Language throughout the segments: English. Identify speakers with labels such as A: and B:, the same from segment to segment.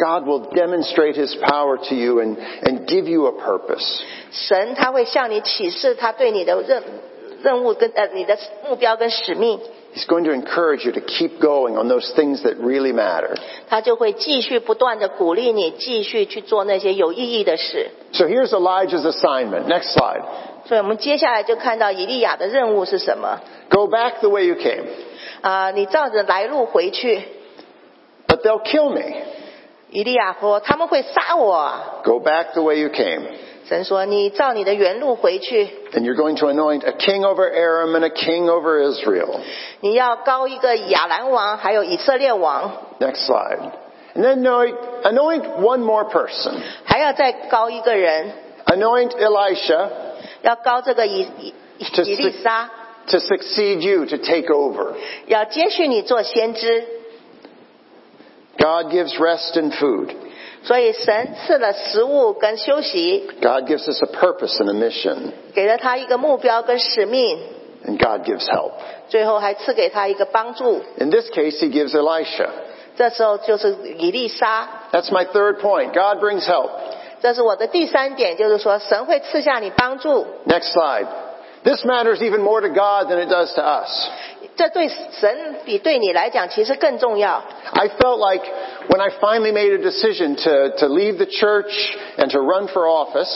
A: God will demonstrate His power to you and, and give you a purpose.
B: 神他会向你启示他对你的任任务跟呃你的目标跟使命，
A: He's going to encourage you to keep going on those things that really matter.
B: 他就会继续不断的鼓励你继续去做那些有意义的事。
A: So here's Elijah's assignment. Next slide.
B: 所以我们接下来就看到以利亚的任务是什么
A: Go back the way you came,
B: 啊、你照着来路回去。
A: but they'll kill me.
B: 以利亚说：“他们会杀我啊。
A: Go back the way you came. ”
B: 神说：“你照你的原路回去，
A: And you're going to anoint a king over Aram and a king over Israel.
B: 你要高一个亚兰王，还有以色列王，
A: Next slide. And then anoint, anoint one more person.
B: 还要再高一个人，
A: Anoint Elisha
B: 要高这个以以以
A: 这是
B: 以利沙，
A: to succeed you, to take over.
B: 要接续你做先知。
A: God gives rest and food.
B: 所以神赐了食物跟休息，
A: God gives us a purpose and a mission.
B: 给了他一个目标跟使命，
A: And God gives help.
B: 最后还赐给他一个帮助。
A: In this case, he gives Elisha.
B: 这时候就是以利沙。
A: That's my third point. God brings help.
B: 这是我的第三点，就是说神会赐下你帮助。
A: Next slide. This matters even more to God than it does to us.
B: 这对神比对你来讲其实更重要。
A: I felt like when I finally made a decision to, to leave the church and to run for office,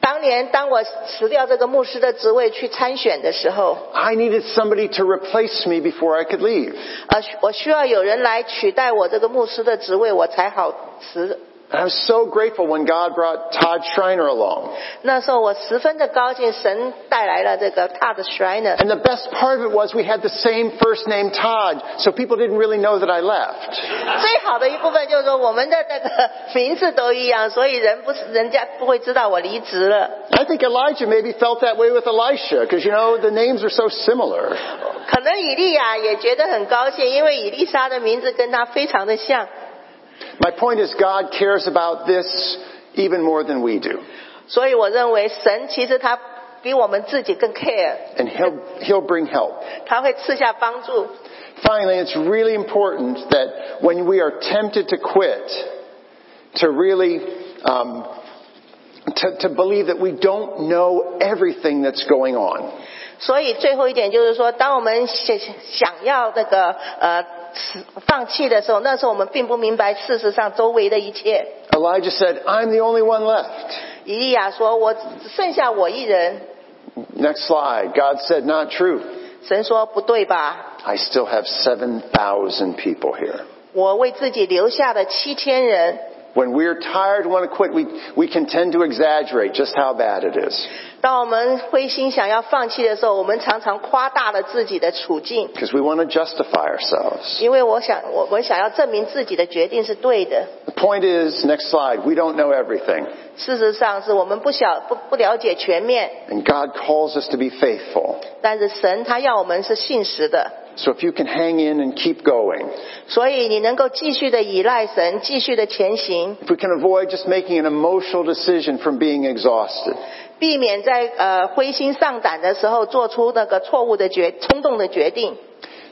B: 当年当我辞掉这个牧师的职位去参选的时候，
A: I needed somebody to replace me before I could leave.
B: 呃，我需要有人来取代我这个牧师的职位，我才好辞。
A: And I'm so grateful when God brought Todd Schreiner along.
B: 那时候我十分的高兴，神带来了这个 Todd Schreiner。
A: And the best part of it was we had the same first name Todd, so people didn't really know that I left.
B: 最好的一部分就是说，我们的那个名字都一样，所以人不是人家不会知道我离职了。
A: I think Elijah maybe felt that way with Elisha, because you know, the names are so similar.
B: 可能以利亚也觉得很高兴，因为以丽莎的名字跟他非常的像。
A: My point is God cares about this even more than we do.
B: 所以我认为神其实他比我们自己更 care，
A: And he'll, he'll bring help.
B: 他会赐下帮助。
A: Finally, it's really important that when we are tempted to quit, to really um, to, to believe that we don't know everything that's going on.
B: 所以最后一点就是说，当我们想想要那个呃死放弃的时候，那时候我们并不明白事实上周围的一切。
A: Elijah said, "I'm the only one left."
B: 以利亚说：“我只剩下我一人。
A: Next slide. God said, "Not true." ”
B: 神说：“不对吧？
A: I still have seven thousand people here.
B: 我为自己留下了七千人。
A: When we're tired and want to quit, we, we can tend to exaggerate just how bad it is
B: 当我们灰心想要放弃的时候，我们常常夸大了自己的处境，
A: because we want to justify ourselves.
B: 因为我想，我我想要证明自己的决定是对的。
A: The point is, next slide, we don't know everything.
B: 事实上，是我们不晓不不了解全面，
A: And God calls us to be faithful.
B: 但是神他要我们是信实的，
A: So if you can hang in and keep going,
B: 所以你能够继续的依赖神，继续的前行，
A: if we can avoid just making an emotional decision from being exhausted,
B: 避免在呃灰心丧胆的时候做出那个错误的决冲动的决定。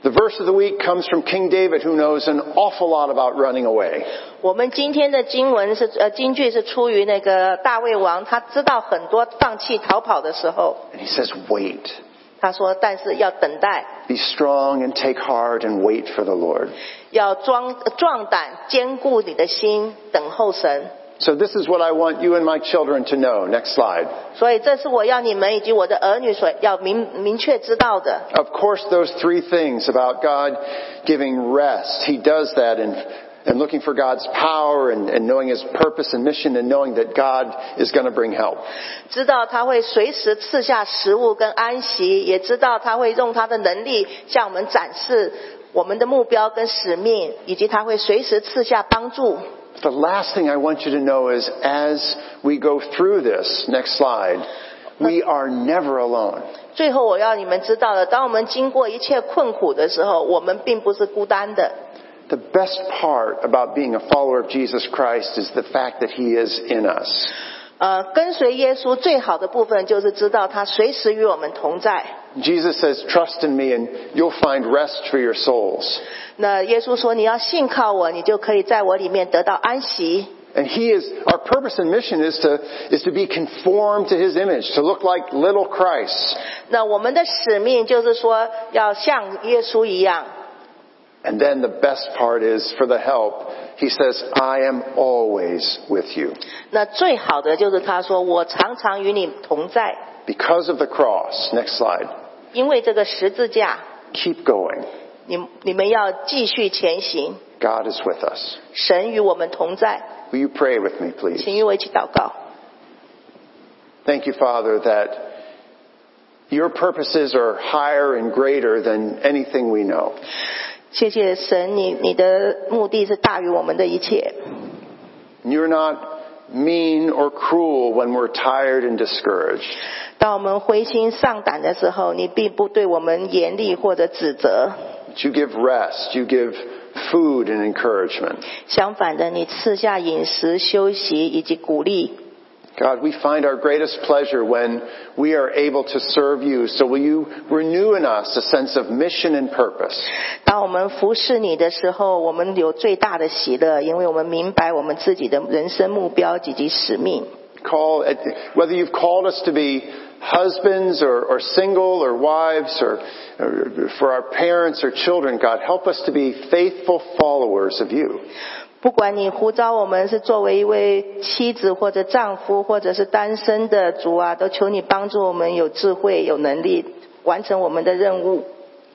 A: the verse of the week comes from King David, who knows an awful lot about running away.
B: 我们今天的经文是呃京剧是出于那个大卫王，他知道很多放弃逃跑的时候，
A: And he says, wait.
B: 他说：“但是要等待，
A: Be strong and take heart and wait for the Lord.
B: 要壮壮胆，坚固你的心，等候神。
A: So this is what I want you and my children to know. Next slide. ”
B: 所以，这是我要你们以及我的儿女所要明明确知道的。
A: Of course, those three things about God giving rest, He does that in, in looking for God's power and, and knowing His purpose and mission and knowing that God is going to bring help.
B: 知道他会随时赐下食物跟安息，也知道他会用他的能力向我们展示我们的目标跟使命，以及他会随时赐下帮助。
A: The last thing I want you to know is as we go through this, next slide, we are never alone.
B: 最后，我要你们知道的，当我们经过一切困苦的时候，我们并不是孤单的。
A: The best part about being a follower of Jesus Christ is the fact that He is in us.
B: 呃，跟随耶稣最好的部分就是知道他随时与我们同在。
A: Jesus says, trust in me and you'll find rest for your souls.
B: 那耶稣说：“你要信靠我，你就可以在我里面得到安息。
A: And he is, our purpose and mission is to, is to be conformed to his image, to look like little Christ. ”
B: 那我们的使命就是说，要像耶稣一样。
A: And then the best part is for the help. He says, I am always with you.
B: 那最好的就是他说：“我常常与你同在。
A: Because of the cross, next slide, ”
B: 因为这个十字架，
A: keep going.
B: 你你们要继续前行，
A: God is with us.
B: 神与我们同在。
A: Will you pray with me, please?
B: 请与我一起祷告。
A: Thank you, Father, that your purposes are higher and greater than anything we know.
B: 谢谢神，你你的目的是大于我们的一切。
A: You're not mean or cruel when we're tired and discouraged.
B: 当我们灰心丧胆的时候，你并不对我们严厉或者指责，
A: But you give rest, you give food and encouragement.
B: 相反的，你赐下饮食、休息以及鼓励。
A: God, we find our greatest pleasure when we are able to serve you. So will you renew in us a sense of mission and purpose?
B: 当我们服侍你的时候，我们有最大的喜乐，因为我们明白我们自己的人生目标以及使命。
A: Call, whether you've called us to be husbands or, or single or wives or, or for our parents or children, God, help us to be faithful followers of you.
B: 不管你呼召我们是作为一位妻子或者丈夫，或者是单身的族啊，都求你帮助我们有智慧、有能力完成我们的任务。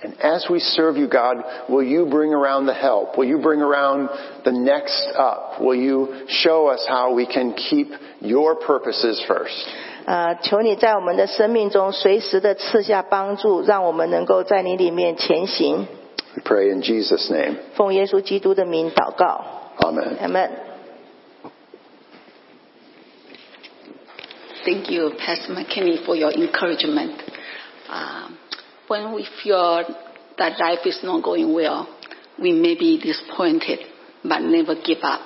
A: And as we serve you, God, will you bring around the help? Will you bring around the next up? Will you show us how we can keep your purposes first?
B: 呃，求你在我们的生命中随时的赐下帮助，让我们能够在你里面前行。
A: We pray in Jesus' name.
B: 奉耶稣基督的名祷告，
A: Amen.
B: 阿门。
C: Thank you, Pastor McKinney, for your encouragement. Um, when we feel that life is not going well, we may be disappointed, but never give up.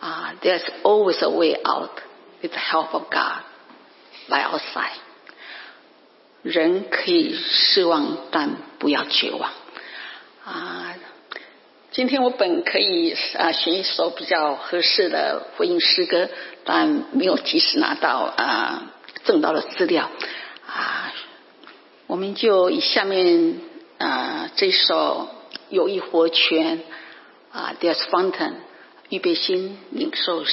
C: Uh, there's always a way out with the help of God by our side. 人可以失望，但不要绝望。啊、今天我本可以啊选一首比较合适的回应诗歌，但没有及时拿到啊正到的资料啊，我们就以下面啊这首《友谊活泉》啊《There's Fountain》预备心领受神。